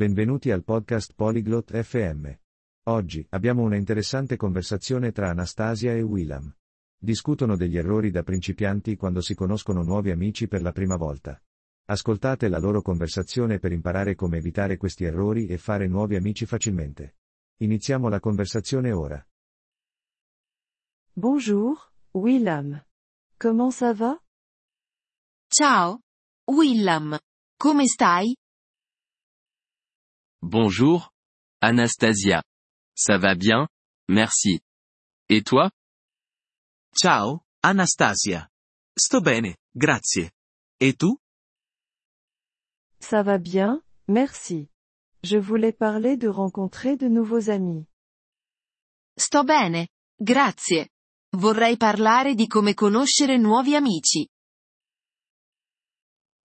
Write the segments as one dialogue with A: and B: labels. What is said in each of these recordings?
A: Benvenuti al podcast Polyglot FM. Oggi abbiamo una interessante conversazione tra Anastasia e Willam. Discutono degli errori da principianti quando si conoscono nuovi amici per la prima volta. Ascoltate la loro conversazione per imparare come evitare questi errori e fare nuovi amici facilmente. Iniziamo la conversazione ora.
B: Bonjour, Willam. Comment ça va?
C: Ciao. Willam. Come stai?
D: Bonjour. Anastasia. Ça va bien? Merci. Et toi?
E: Ciao, Anastasia. Sto bene, grazie. E tu?
B: Ça va bien, merci. Je voulais parler de rencontrer de nouveaux amis.
C: Sto bene. Grazie. Vorrei parlare di come conoscere nuovi amici.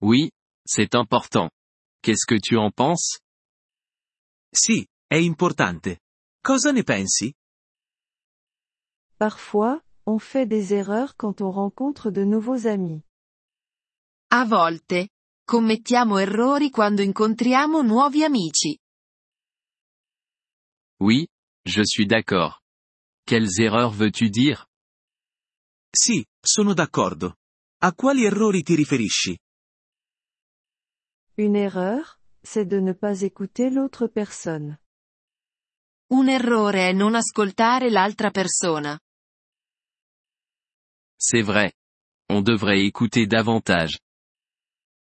D: Oui, c'est important. Qu'est-ce que tu en penses?
E: Sì, è importante. Cosa ne pensi?
B: Parfois, on fait des erreurs quand on rencontre de nouveaux amis.
C: A volte, commettiamo errori quando incontriamo nuovi amici.
D: Oui, je suis d'accord. Quelles erreurs veux-tu dire?
E: Sì, sono d'accordo. A quali errori ti riferisci?
B: Une erreur, c'est de ne pas écouter l'autre personne.
C: Un errore è non ascoltare l'altra persona.
D: C'est vrai. On devrait écouter davantage.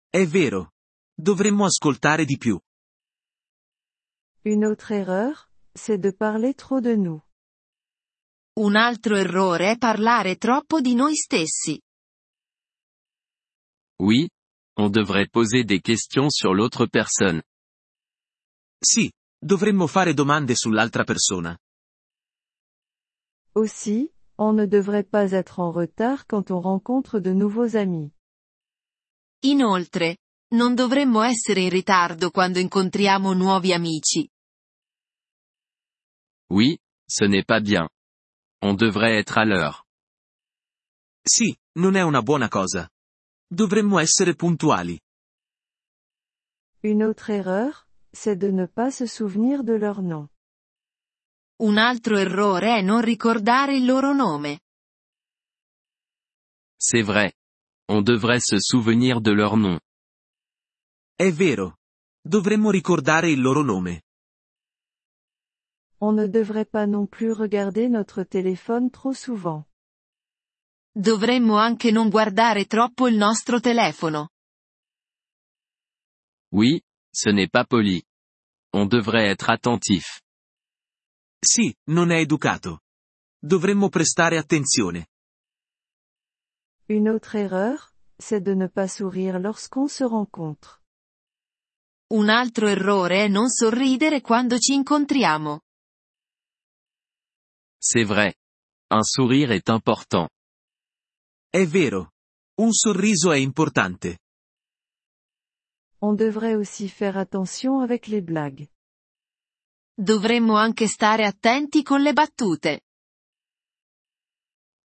E: È vero. Dovremmo ascoltare di più.
B: Une autre erreur, c'est de parler trop de nous.
C: Un altro errore è parlare troppo di noi stessi.
D: Oui, on devrait poser des questions sur l'autre personne.
E: Sì, dovremmo fare domande sull'altra persona.
B: Aussi, on ne devrait pas être en retard quand on rencontre de nouveaux amis.
C: Inoltre, non dovremmo essere in ritardo quando incontriamo nuovi amici.
D: Oui, ce n'est pas bien. On devrait être à l'heure.
E: Sì, non è una buona cosa. Dovremmo essere puntuali.
B: Une autre erreur, c'est de ne pas se souvenir de leur nom.
C: Un altro errore è non ricordare il loro nome.
D: C'est vrai. On devrait se souvenir de leur nom.
E: È vero. Dovremmo ricordare il loro nome.
B: On ne devrait pas non plus regarder notre téléphone trop souvent.
C: Dovremmo anche non guardare troppo il nostro telefono.
D: Oui, ce n'est pas poli. On devrait être attentif.
E: Sì, non è educato. Dovremmo prestare attenzione.
B: Une autre erreur, c'est de ne pas sourire lorsqu'on se rencontre.
C: Un altro errore è non sorridere quando ci incontriamo.
D: C'est vrai. Un sourire est important.
E: È vero. Un sorriso è importante.
B: On devrait aussi faire attention avec les blagues.
C: Dovremmo anche stare attenti con le battute.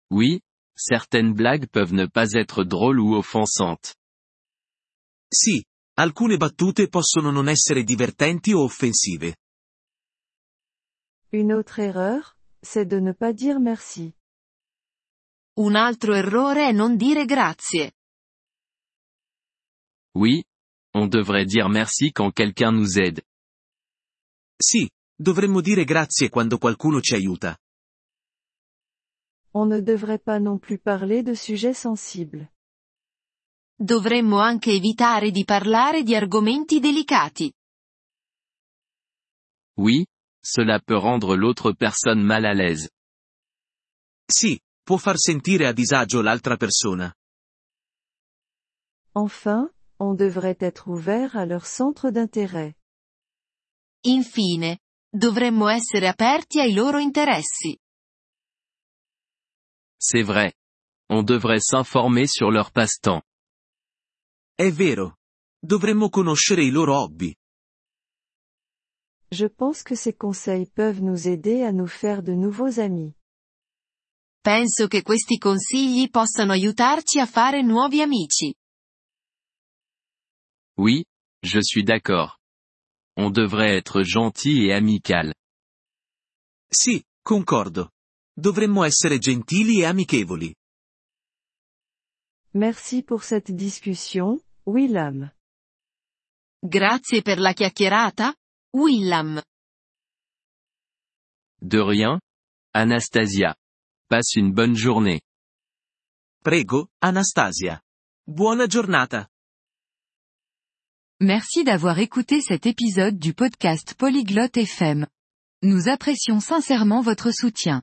D: Oui, certaines blagues peuvent ne pas être drôles ou offensantes.
E: Sì, alcune battute possono non essere divertenti o offensive.
B: Une autre erreur, c'est de ne pas dire merci.
C: Un altro errore è non dire grazie.
D: Oui, on devrait dire merci quand quelqu'un nous aide.
E: Sì, dovremmo dire grazie quando qualcuno ci aiuta.
B: On ne devrait pas non plus parler de sujets sensibles.
C: Dovremmo anche evitare di parlare di argomenti delicati.
D: Oui, cela peut rendre l'autre personne mal à l'aise.
E: Sì, può far sentire a disagio l'altra persona.
B: Enfin, on devrait être ouvert à leur centre d'intérêt.
C: Infine, dovremmo essere aperti ai loro interessi.
D: C'est vrai. On devrait s'informer sur leur passe-temps.
E: È vero. Dovremmo conoscere i loro hobby.
B: Je pense que ces conseils peuvent nous aider à nous faire de nouveaux amis.
C: Penso che questi consigli possano aiutarci a fare nuovi amici.
D: Oui, je suis d'accord.
F: On devrait être gentil et amical.
D: Sì, concordo. Dovremmo essere gentili e amichevoli.
B: Merci pour cette discussion, Willam.
G: Grazie per la chiacchierata, Willam.
F: De rien? Anastasia. Passe une bonne journée.
D: Prego, Anastasia. Buona giornata.
C: Merci d'avoir écouté cet épisode du podcast Polyglotte FM. Nous apprécions sincèrement votre soutien.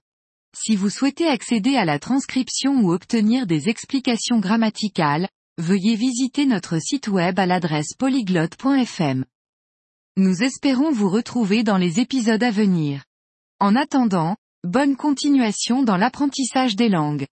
C: Si vous souhaitez accéder à la transcription ou obtenir des explications grammaticales, veuillez visiter notre site web à l'adresse polyglotte.fm. Nous espérons vous retrouver dans les épisodes à venir. En attendant, bonne continuation dans l'apprentissage des langues.